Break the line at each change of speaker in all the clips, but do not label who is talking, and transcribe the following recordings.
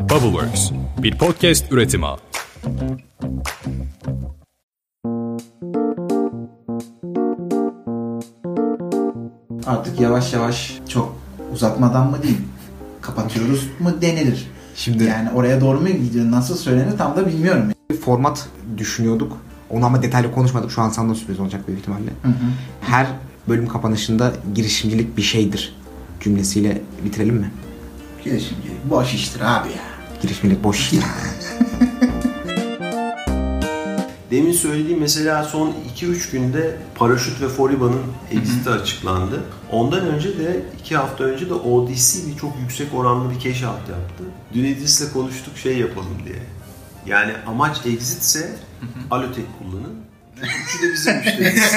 Bubbleworks, bir podcast üretimi.
Artık yavaş yavaş çok uzatmadan mı diyeyim? Kapatıyoruz mu denilir.
Şimdi
Yani oraya doğru mu gidiyor? Nasıl söylenir tam da bilmiyorum.
bir format düşünüyorduk. Onu ama detaylı konuşmadık. Şu an sana da sürpriz olacak büyük ihtimalle. Her bölüm kapanışında girişimcilik bir şeydir cümlesiyle bitirelim mi?
Girişimcilik boş iştir abi ya.
Girişimcilik boş işler.
Demin söylediğim mesela son 2-3 günde Paraşüt ve Foriba'nın exit'i açıklandı. Ondan önce de 2 hafta önce de ODC bir çok yüksek oranlı bir cash out yaptı. Dün İdris'le konuştuk şey yapalım diye. Yani amaç exitse Alotek kullanın. Çünkü Üçü de bizim müşterimiz.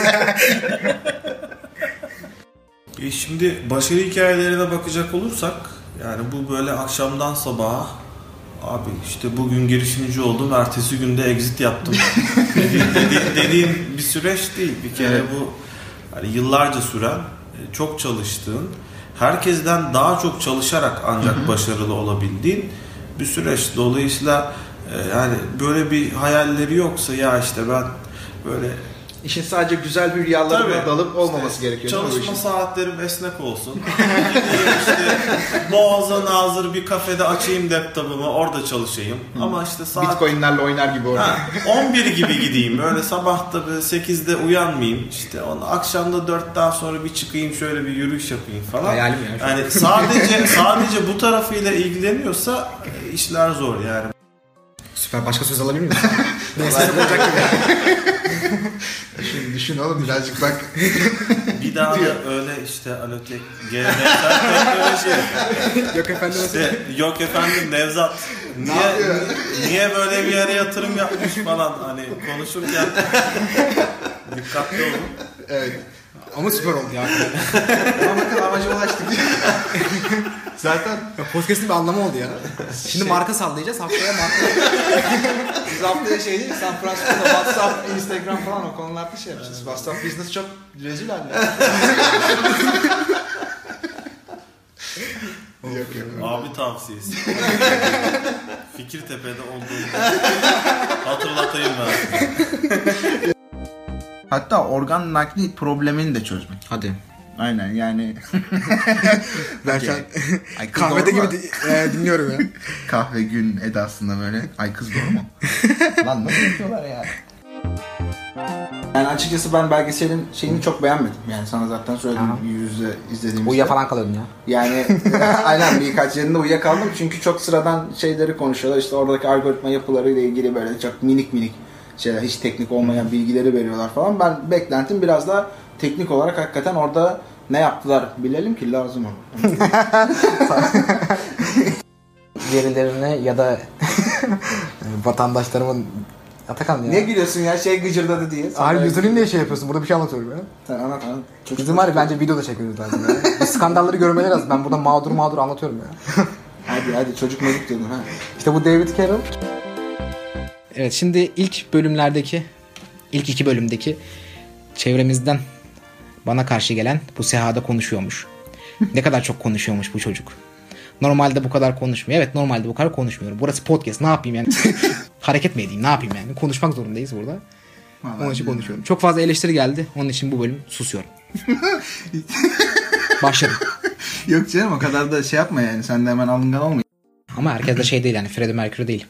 E şimdi başarı hikayelerine bakacak olursak yani bu böyle akşamdan sabaha abi işte bugün girişimci oldum ertesi günde exit yaptım dediğin, dediğin- dediğin bir süreç değil bir kere bu hani yıllarca süren e, çok çalıştığın herkesten daha çok çalışarak ancak başarılı olabildiğin bir süreç dolayısıyla e, yani böyle bir hayalleri yoksa ya işte ben böyle
İşin sadece güzel bir rüyalarına
Tabii.
dalıp olmaması
İşte
gerekiyor. değil mi bu
Çalışma
işin?
saatlerim esnek olsun. işte boğaza nazır bir kafede açayım laptopumu orada çalışayım. Ama işte saat
Bitcoin'lerle oynar gibi orada.
Ha, 11 gibi gideyim. Böyle sabah da böyle 8'de uyanmayayım. İşte onu akşamda 4'ten sonra bir çıkayım şöyle bir yürüyüş yapayım falan.
Hayalim ya şu an.
Yani sadece sadece bu tarafıyla ilgileniyorsa e, işler zor yani.
Süper. Başka söz alabilir miyiz?
Düşün, düşün oğlum birazcık bak.
Bir daha da öyle işte alotek geleneksel böyle şey.
Yok efendim.
İşte yok efendim Nevzat niye,
yapıyor?
niye böyle bir yere yatırım yapmış falan hani konuşurken dikkatli olun.
Evet.
Ama süper oldu ya.
Ama bakın amaca ulaştık.
Zaten
ya podcast'in bir anlamı oldu ya. Şimdi marka sallayacağız. Haftaya marka.
Şey- Biz haftaya şey değil mi? San Francisco'da WhatsApp, Instagram falan o konularda şey yapacağız. WhatsApp business çok rezil halde.
yok yok.
Abi tavsiyesi. Fikirtepe'de olduğunu hatırlatayım ben.
Hatta organ nakli problemini de çözmek.
Hadi.
Aynen yani.
Ben şu an kahvede gibi di- e, dinliyorum ya.
kahve gün edasında böyle ay kız doğru mu? Lan nasıl yapıyorlar ya? Yani açıkçası ben belgeselin şeyini çok beğenmedim. Yani sana zaten söyledim
Aha.
yüzde izlediğimizde.
Uyuya falan kalıyordum ya.
Yani aynen birkaç yerinde uyuyakaldım çünkü çok sıradan şeyleri konuşuyorlar. İşte oradaki algoritma yapılarıyla ilgili böyle çok minik minik şeyler, hiç teknik olmayan bilgileri veriyorlar falan. Ben beklentim biraz daha teknik olarak hakikaten orada ne yaptılar bilelim ki lazım olur.
Verilerine ya da vatandaşlarımın Atakan ya.
Niye gülüyorsun ya şey gıcırdadı diye.
Abi yüzünü niye şey yapıyorsun? Burada bir şey anlatıyorum ya.
Sen anlat anlat. Çocuk-
Bizim var ya bence video da çekmemiz lazım. Ya. Bu skandalları görmeleri lazım. Ben burada mağdur mağdur anlatıyorum ya.
Hadi hadi çocuk mecuk diyordun ha.
İşte bu David Carroll. Evet şimdi ilk bölümlerdeki, ilk iki bölümdeki çevremizden bana karşı gelen bu sehada konuşuyormuş. ne kadar çok konuşuyormuş bu çocuk. Normalde bu kadar konuşmuyor. Evet normalde bu kadar konuşmuyorum. Burası podcast ne yapayım yani. Hareket mi edeyim ne yapayım yani. Konuşmak zorundayız burada. Onun için konuşuyorum. Çok fazla eleştiri geldi. Onun için bu bölüm susuyorum. Başladım.
Yok canım o kadar da şey yapma yani sen de hemen alıngan olma.
Ama herkes de şey değil yani Freddie Mercury değil.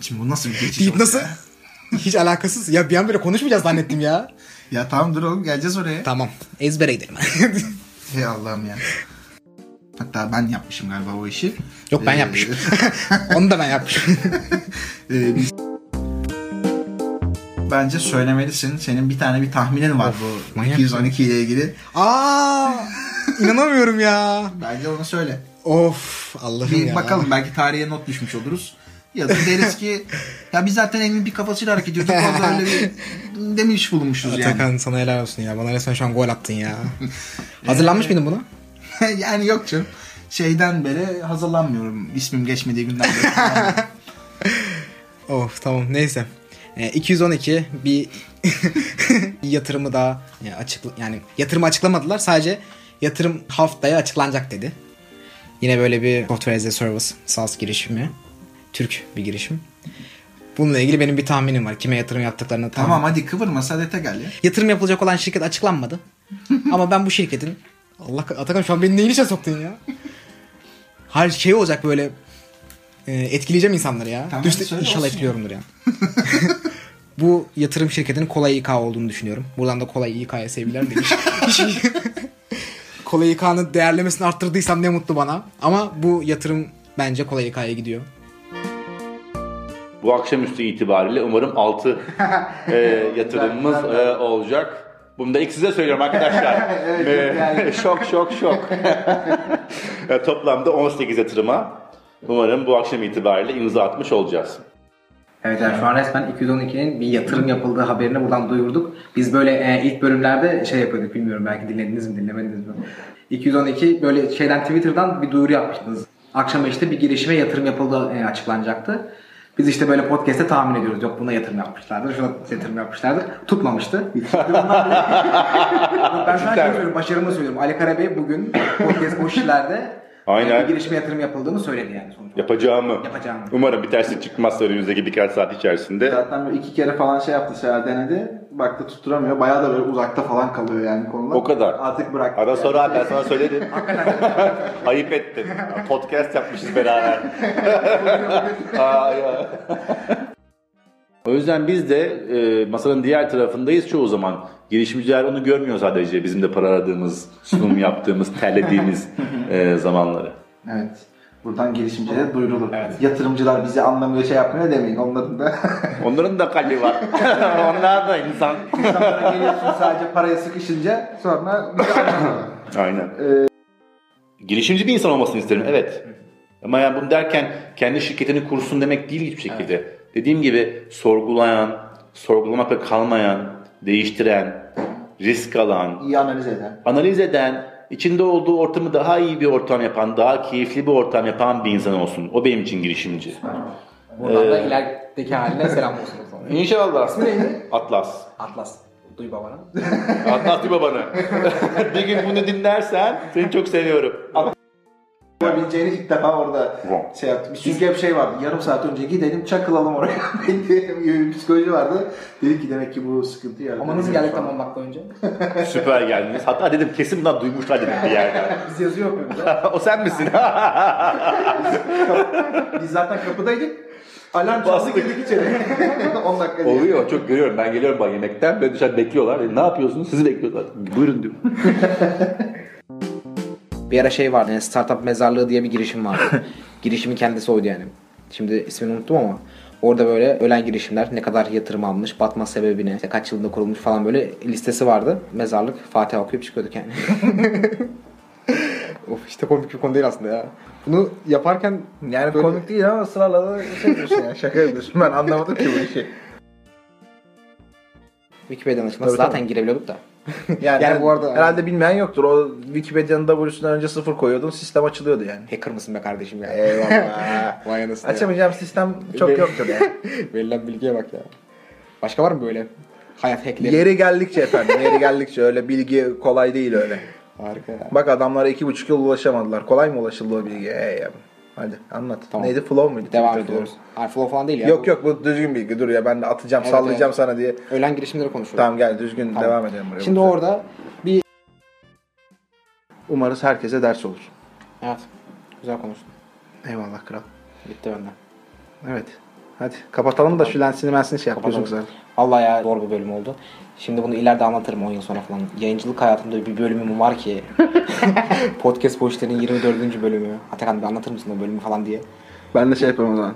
Şimdi bu nasıl bir geçiş
Deyip
oldu
nasıl?
Ya?
Hiç alakasız. Ya bir an böyle konuşmayacağız zannettim ya.
ya tamam dur oğlum geleceğiz oraya.
Tamam. Ezbere gidelim.
Hey Allah'ım ya. Hatta ben yapmışım galiba o işi.
Yok ben
Ee,
yapmışım. Onu da ben yapmışım.
Ee, biz- Bence söylemelisin. Senin bir tane bir tahminin var bu
manyak
212 ile ilgili.
Aa! inanamıyorum ya.
Bence onu söyle.
Of Allah'ım
Bir
ya.
bakalım belki tarihe not düşmüş oluruz. Ya da deriz ki ya biz zaten emin bir kafasıyla hareket ediyorduk. Orada öyle bir demiş bulunmuşuz yani.
Atakan sana helal olsun ya. Bana resmen şu an gol attın ya. Hazırlanmış mıydın buna?
yani yok canım. Şeyden beri hazırlanmıyorum. İsmim geçmediği günden beri.
Of tamam neyse. E, 212 bir yatırımı daha e, açık yani yatırımı açıklamadılar. Sadece yatırım haftaya açıklanacak dedi. Yine böyle bir software as a service SaaS girişimi.
Türk bir girişim. Bununla ilgili benim bir tahminim var. Kime yatırım yaptıklarını tahmin-
Tamam hadi kıvırma sadete gel ya.
Yatırım yapılacak olan şirket açıklanmadı. Ama ben bu şirketin... Allah Atakan şu an beni neyin içine soktun ya? Her şey olacak böyle... e, etkileyeceğim insanları ya.
Tamam,
Düşte-
söyle
inşallah
olsun
etkiliyorumdur ya. bu yatırım şirketinin kolay İK olduğunu düşünüyorum. Buradan da kolay İK'ya sevgiler demiş. kolay İK'nın değerlemesini arttırdıysam ne mutlu bana. Ama bu yatırım bence kolay İK'ya gidiyor.
Bu akşamüstü itibariyle umarım 6 yatırımımız e, olacak. Bunu da ilk size söylüyorum arkadaşlar. Ee, şok şok şok. E, Toplamda 18 yatırıma umarım bu akşam itibariyle imza atmış olacağız.
Evet yani şu an resmen 212'nin bir yatırım yapıldığı haberini buradan duyurduk. Biz böyle e, ilk bölümlerde şey yapıyorduk bilmiyorum belki dinlediniz mi dinlemediniz mi? 212 böyle şeyden Twitter'dan bir duyuru yapmıştınız. Akşam işte bir girişime yatırım yapıldığı e, açıklanacaktı. Biz işte böyle podcast'te tahmin ediyoruz. Yok buna yatırım yapmışlardır, şuna yatırım yapmışlardır. Tutmamıştı. ben şu an şey söylüyorum, başarımı söylüyorum. Ali Karabey bugün podcast boş işlerde e,
Aynen.
bir girişime yatırım yapıldığını söyledi yani sonuç olarak.
Yapacağımı.
Yapacağımı.
Umarım bir terslik çıkmazsa önümüzdeki birkaç saat içerisinde.
Zaten böyle iki kere falan şey yaptı şeyler denedi. Baktı tutturamıyor. Bayağı da böyle uzakta falan kalıyor yani konuda.
O kadar.
Artık bırak.
Ara sonra abi, ben sana söyledim. Ayıp ettin. Podcast yapmışız beraber. Ay, ay. o yüzden biz de e, masanın diğer tarafındayız çoğu zaman. Girişimciler onu görmüyor sadece bizim de para aradığımız, sunum yaptığımız, terlediğimiz e, zamanları.
Evet. Buradan girişimcilere duyurulur. Yatırımcılar bizi anlamıyor şey yapmıyor demeyin. Onların da
Onların da kalbi var. Onlar da insan.
insanlara geliyorsun sadece paraya sıkışınca sonra bizi anlamıyorlar.
Aynen. Girişimci bir insan olmasını isterim evet. Ama yani bunu derken kendi şirketini kursun demek değil hiçbir şekilde. Dediğim gibi sorgulayan, sorgulamakla kalmayan, değiştiren, risk alan,
İyi analiz eden.
analiz eden, içinde olduğu ortamı daha iyi bir ortam yapan, daha keyifli bir ortam yapan bir insan olsun. O benim için girişimci.
Buradan da ilerideki haline selam olsun o zaman.
İnşallah. İsmi neydi? Atlas.
Atlas. Duy babana.
Atlas değil babanı. bir gün bunu dinlersen seni çok seviyorum. Atlas.
Olabileceğini ilk defa orada
Wow.
şey yaptım. Çünkü hep şey vardı. Yarım saat önce gidelim çakılalım oraya. bir psikoloji vardı. Dedik ki demek ki bu sıkıntı yaratıyor.
Ama nasıl geldik tam 10 dakika önce?
Süper geldiniz. Hatta dedim kesin bunlar duymuşlar dedim bir yerden.
Biz yazıyor muyuz?
o sen misin?
Biz zaten kapıdaydık. Alarm çaldı
Bastık.
girdik içeri. 10 dakika diye.
Oluyor çok görüyorum. Ben geliyorum bak yemekten. Böyle dışarı bekliyorlar. Dedim, ne yapıyorsunuz? Sizi bekliyorlar. Buyurun diyorum.
Bir ara şey vardı yani Startup Mezarlığı diye bir girişim vardı. Girişimin kendisi oydu yani. Şimdi ismini unuttum ama orada böyle ölen girişimler ne kadar yatırım almış, batma sebebine, işte kaç yılında kurulmuş falan böyle listesi vardı. Mezarlık Fatih okuyup çıkıyorduk yani. of işte komik bir konu değil aslında ya. Bunu yaparken
Yani komik değil ama ısrarla da şey diyorsun ya şaka yapıyorsun. Ben anlamadım ki bu işi.
Wikipedia'dan açılması
Tabii,
zaten girebiliyorduk da.
Yani,
Yani bu arada-
herhalde bilmeyen yoktur. O Wikipedia'nın W'sünden önce sıfır koyuyordun sistem açılıyordu yani.
Hacker mısın be kardeşim ya?
Eyvallah.
Vay anasını ya.
Açamayacağım sistem çok yoktur yani.
Verilen bilgiye bak ya. Başka var mı böyle? Hayat hackleri.
Yeri geldikçe efendim yeri geldikçe öyle bilgi kolay değil öyle.
Harika ya.
Bak adamlara iki buçuk yıl ulaşamadılar. Kolay mı ulaşıldı o bilgiye? Ey ya. Hadi anlat.
Tamam.
Neydi flow muydu?
Devam
Twitter
ediyoruz.
flow'u?
Hayır flow falan değil ya.
Yok yok bu düzgün bilgi. Dur ya ben de atacağım
Evet,
sallayacağım
evet.
sana diye.
Ölen girişimleri konuşuyoruz.
Tamam gel düzgün
Tamam.
devam edelim buraya.
Şimdi orada bir...
Umarız herkese ders olur.
Evet. Güzel konuştun.
Eyvallah kral.
Bitti benden.
Evet. Hadi kapatalım da şu lensini mensini şey yap. Gözüm güzel.
Allah ya doğru bir bölüm oldu. Şimdi bunu ileride anlatırım 10 yıl sonra falan. Yayıncılık hayatımda bir bölümüm var ki. Podcast Boşlar'ın 24. bölümü. Atakan bir anlatır mısın o bölümü falan diye.
Ben de şey yapıyorum o zaman.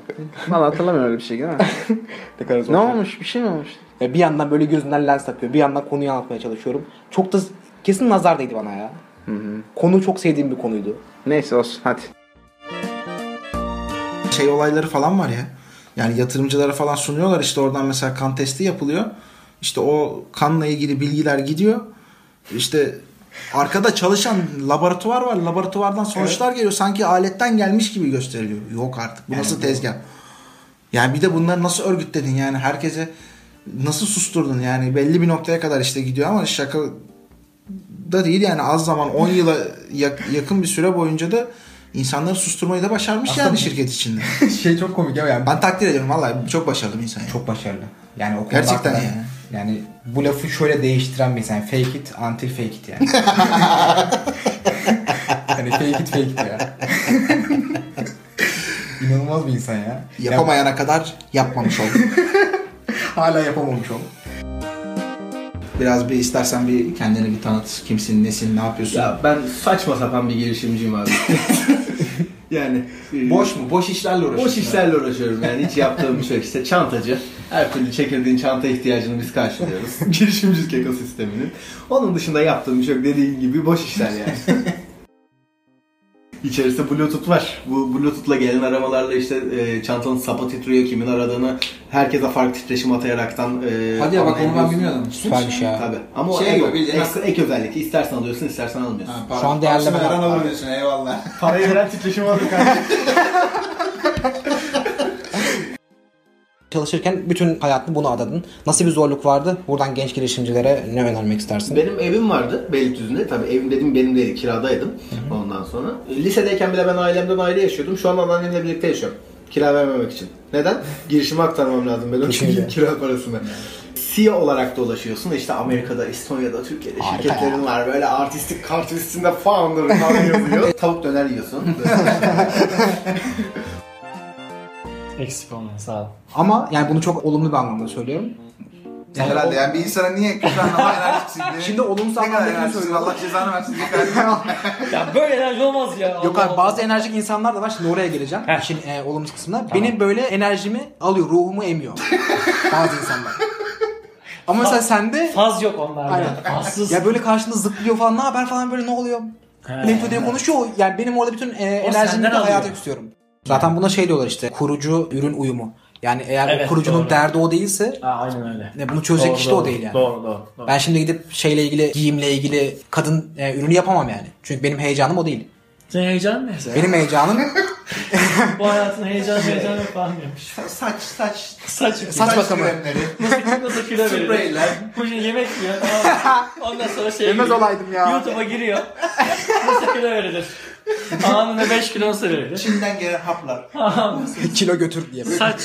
Valla hatırlamıyorum öyle bir şey değil mi?
Ne kadar zor.
ne olmuş? Bir şey mi olmuş?
Ya bir yandan böyle gözümden lens takıyor. Bir yandan konuyu anlatmaya çalışıyorum. Çok da kesin nazar değdi bana ya. Konu çok sevdiğim bir konuydu.
Neyse olsun hadi. Şey olayları falan var ya. Yani yatırımcılara falan sunuyorlar işte oradan mesela kan testi yapılıyor. İşte o kanla ilgili bilgiler gidiyor. İşte arkada çalışan laboratuvar var. Laboratuvardan sonuçlar geliyor. Sanki aletten gelmiş gibi gösteriliyor. Yok artık. Bu nasıl tezgah? Yani bir de bunları nasıl örgütledin yani herkese nasıl susturdun yani belli bir noktaya kadar işte gidiyor ama şaka da değil yani az zaman 10 yıla yak- yakın bir süre boyunca da insanları susturmayı da başarmış
Aslında
yani
bu-
şirket içinde.
şey çok komik ama yani
Ben takdir ediyorum vallahi çok başarılı bir insan. yani.
Çok başarılı. Yani o konuda
Gerçekten
hakikaten-
yani.
Yani bu lafı şöyle değiştiren bir insan. Fake it until fake it yani. hani fake it fake it ya. İnanılmaz bir insan ya. Ya
Yapamayana kadar yapmamış oldu.
hala yapamamış o.
Biraz bir istersen bir kendini bir tanıt. Kimsin, nesin, ne yapıyorsun?
Ya ben saçma sapan bir girişimciyim abi. yani e,
boş mu? Boş işlerle uğraşıyorsun.
boş işlerle uğraşıyorum yani hiç yaptığım bir şey yok işte çantacı. Her türlü çekirdeğin çanta ihtiyacını biz karşılıyoruz. Girişimcilik ekosisteminin. Onun dışında yaptığım bir şey yok dediğin gibi boş işler yani. İçerisinde Bluetooth var. Bu Bluetooth'la gelen aramalarla işte e, çantanın sapı titriyor, kimin aradığını herkese farklı titreşim atayaraktan e,
Hadi ya bak onu ben
anlayabiliyorsun.
bilmiyordum.
Süpermiş ya.
Tabii. Ama o
Şey
şey
yok, bir
ek,
ek-
ek özellik. İstersen alıyorsun, istersen almıyorsun.
Şu an değerleme
Paran
var.
alıyorsun eyvallah.
Parayı veren titreşim alır
Çalışırken bütün hayatını buna adadın. Nasıl bir zorluk vardı? Buradan genç girişimcilere ne önermek istersin?
Benim evim vardı Beylikdüzü'nde. Tabii evim dedim benim değil kiradaydım ondan sonra. Lisedeyken bile ben ailemden ayrı yaşıyordum. Şu an anneannemle birlikte yaşıyorum. Kira vermemek için. Neden? Girişime aktarmam lazım ben o
Kesinlikle.
kira parasını. CEO olarak dolaşıyorsun. İşte Amerika'da, İstonya'da, Türkiye'de şirketlerin var. Böyle artistik kart üstünde founder falan yazıyor. Tavuk döner yiyorsun.
Eksik olmayın sağ ol.
Ama yani bunu çok olumlu bir anlamda söylüyorum. Yani
Herhalde
o-
yani bir insana niye kötü anlama enerjisi diye.
Şimdi olumsuz
ne kadar
anlamda kim
enerjisi
söylüyor?
Allah cezanı versin diye kadar.
Ya böyle enerji olmaz ya.
Yok
Allah
abi
Allah.
bazı enerjik insanlar da var. Şimdi oraya geleceğim.
Heh.
İşin e, olumsuz kısmına. Benim böyle enerjimi alıyor. Ruhumu emiyor. bazı insanlar. Ama mesela sende
Faz yok onlarda.
Aynen.
Fazsız.
ya böyle karşında zıplıyor falan. Ne haber falan böyle ne oluyor?
He.
Ne diye konuşuyor. Yani benim orada bütün e, enerjimi de
senden
hayata
alıyor.
küsüyorum. Zaten buna şey diyorlar işte. Kurucu ürün uyumu. Yani eğer o
Evet,
kurucunun
doğru.
derdi o değilse
Aa, aynen öyle.
ne bunu çözecek
Doğru,
kişi de
doğru,
o değil yani.
Doğru doğru. doğru.
Ben şimdi gidip şeyle ilgili giyimle ilgili kadın e, ürünü yapamam yani. Çünkü benim heyecanım o değil.
Senin heyecan ne mesela?
Benim heyecanım
Bu hayatın heyecanı heyecanı falan diyormuş.
Saç saç.
Saç
E, saç bakımı.
Nasıl, nasıl kilo veriyor?
Spreyler.
Bu şey yemek yiyor tamam mı? Ondan sonra şey
Yemez
giriyor.
olaydım ya.
YouTube'a giriyor. Nasıl kilo verilir? Anında 5 kilo nasıl verilir?
Çin'den gelen haplar.
Kilo götür diye. böyle.
Saç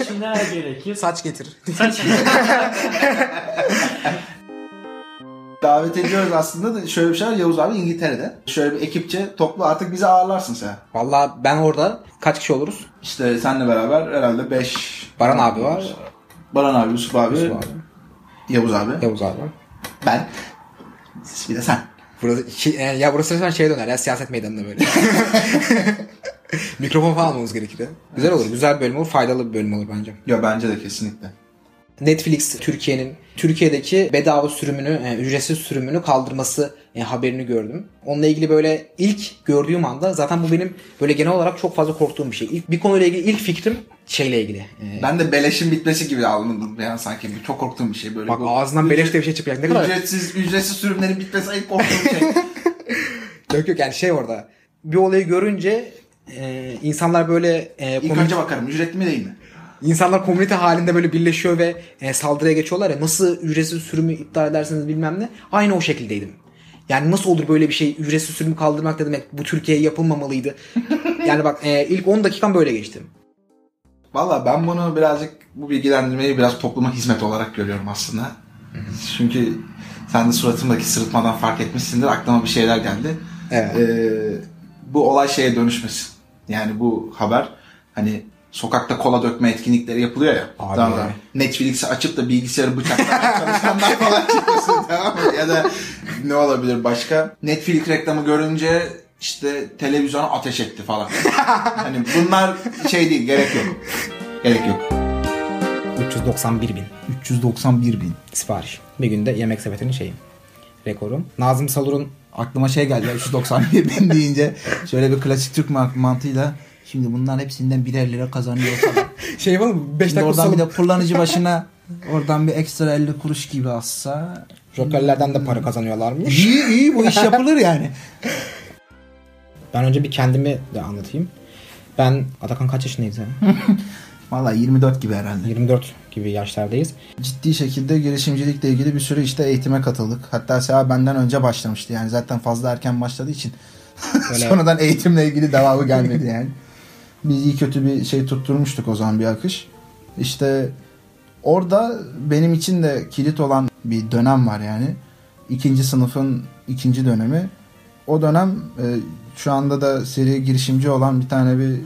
için ne gerekir?
Saç getir.
Saç
Davet ediyoruz aslında da şöyle bir şey var. Yavuz abi İngiltere'de. Şöyle bir ekipçe toplu artık bizi ağırlarsın sen.
Valla ben orada kaç kişi oluruz?
İşte seninle beraber herhalde 5
Baran abi var.
Baran abi, Yusuf abi,
Yusuf abi.
Yavuz abi,
Yavuz abi. var.
ben. Bir de sen.
Burası, iki- e, ya burası resmen şeye döner ya siyaset meydanına böyle. Mikrofon falan almamız gerekir. ya. Güzel olur. Güzel bir bölüm olur. Faydalı bir bölüm olur bence.
Ya bence de kesinlikle.
Netflix Türkiye'nin Türkiye'deki bedava sürümünü, e, ücretsiz sürümünü kaldırması e, haberini gördüm. Onunla ilgili böyle ilk gördüğüm anda zaten bu benim böyle genel olarak çok fazla korktuğum bir şey. İlk, bir konuyla ilgili ilk fikrim şeyle ilgili. E,
Ben de beleşin bitmesi gibi alındım yani sanki. Bu Çok korktuğum bir şey böyle.
bak
bu
ağzından beleş diye bir şey çıkacak. Ne kadar
ücretsiz, ücretsiz sürümlerin bitmesi en korktuğum şey.
Yok yok yani şey orada. Bir olayı görünce e, insanlar böyle e,
İlk
komün-
önce bakarım ücretli mi değil mi?
insanlar komünite halinde böyle birleşiyor ve e, saldırıya geçiyorlar ya nasıl ücretsiz sürümü iptal edersiniz bilmem ne. Aynı o şekildeydim. Yani nasıl olur böyle bir şey ücretsiz sürümü kaldırmak ne demek bu Türkiye'ye yapılmamalıydı. yani bak e, ilk 10 dakikam böyle geçti.
Valla ben bunu birazcık bu bilgilendirmeyi biraz topluma hizmet olarak görüyorum aslında. Çünkü sen de suratımdaki sırıtmadan fark etmişsindir. Aklıma bir şeyler geldi.
Evet.
Ee, bu olay şeye dönüşmesin. Yani bu haber hani sokakta kola dökme etkinlikleri yapılıyor ya.
Abi.
Tamam mı? Netflix'i açıp da bilgisayarı bıçaklamaya çalışanlar falan çıkmasın tamam mı? Ya da ne olabilir başka? Netflix reklamı görünce işte televizyona ateş etti falan. hani bunlar şey değil gerek yok. Gerek yok.
391 bin
391 bin.
sipariş. Bir günde yemek sepetinin şeyi. Rekorum. Nazım Salur'un
Aklıma şey geldi ya, 391 bin deyince şöyle bir klasik Türk man- mantığıyla şimdi bunların hepsinden birer lira kazanıyorsa
şey var mı? 5
şimdi
dakika
oradan bir
salıp
de kullanıcı başına oradan bir ekstra 50 kuruş gibi atsa
Jokerlerden de para kazanıyorlarmış.
iyi iyi bu iş yapılır yani.
Ben önce bir kendimi de anlatayım. Ben Atakan kaç yaşındayız ya?
Valla 24 gibi herhalde.
24 gibi yaşlardayız.
Ciddi şekilde girişimcilikle ilgili bir sürü işte eğitime katıldık. Hatta Seha benden önce başlamıştı yani zaten fazla erken başladığı için
Böyle-
Sonradan eğitimle ilgili devamı gelmedi yani. Biz iyi kötü bir şey tutturmuştuk o zaman bir akış. İşte orada benim için de kilit olan bir dönem var yani. İkinci sınıfın ikinci dönemi. O dönem e, şu anda da seri girişimci olan bir tane bir e,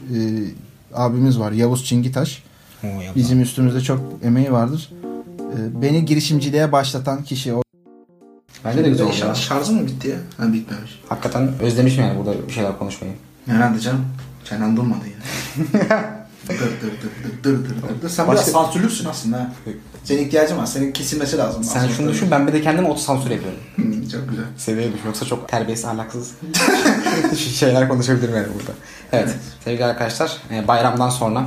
abimiz var. Yavuz Çingitaş.
Oo, yapma.
Bizim üstümüzde çok emeği vardır. E, beni girişimciliğe başlatan kişi o.
Bence de güzel oldu. ya.
Şarjı mı bitti ya? Ha bitmemiş.
Hakikaten özlemişim yani burada bir şeyler konuşmayı.
Herhalde canım. Çenen durmadı ya. dır dır dır dır dır dır dır dır. Sen
Başka-
biraz sansürlüsün aslında. ha. Senin ihtiyacın var. Senin kesilmesi lazım.
Sen şunu düşün ben bir de kendimi otosansür ediyorum.
Hı, Çok güzel.
Seviyeye düş yoksa çok terbiyesiz ahlaksız şeyler konuşabilirim yani burada. Evet, sevgili arkadaşlar e, bayramdan sonra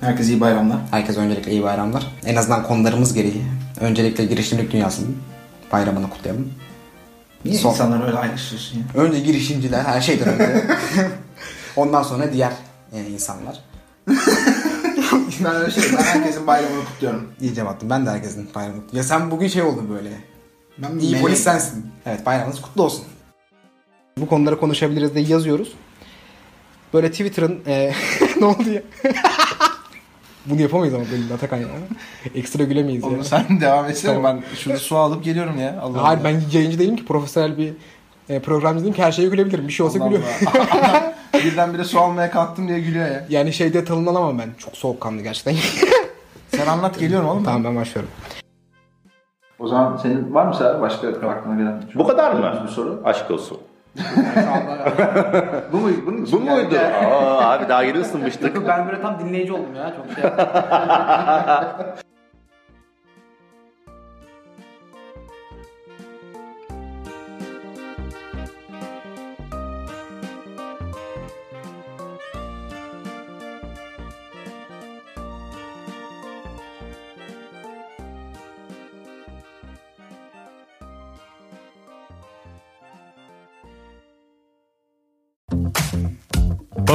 Herkese iyi bayramlar.
herkese öncelikle iyi bayramlar. En azından konularımız gereği öncelikle girişimcilik dünyasının bayramını kutlayalım.
Niye
Son-
insanlar öyle ayrışıyorsun ya?
Önce girişimciler her şeyden önce. Ondan sonra diğer e, insanlar.
ben öyle şey ben herkesin bayramını kutluyorum.
İyi cevap attın. Ben de herkesin bayramını Ya sen bugün şey oldun böyle.
Ben
İyi
melek-
polis sensin. Evet bayramınız kutlu olsun. Bu konuları konuşabiliriz diye yazıyoruz. Böyle Twitter'ın e, ne oldu ya? Bunu yapamayız ama benim Atakan ya. Ekstra gülemeyiz ya.
Oğlum sen devam etsene.
Tamam.
Ben şurada su alıp geliyorum ya. Allah
Hayır ben yayıncı değilim ki profesyonel bir e, programcı değilim ki her şeye gülebilirim. Bir şey olsa gülüyorum.
Allah. Birdenbire su almaya kalktım diye gülüyor ya.
Yani şeyde tanımlanamam ben. Çok soğukkanlı gerçekten.
Sen anlat geliyorum oğlum.
tamam ben başlıyorum.
O zaman senin var mı Serhat başka aklına gelen?
Bu kadar mı? soru. Aşk olsun.
Bu mu? Bunun için
Bu muydu? Aa, abi daha yeni ısınmıştık.
Ben böyle tam dinleyici oldum ya. Çok şey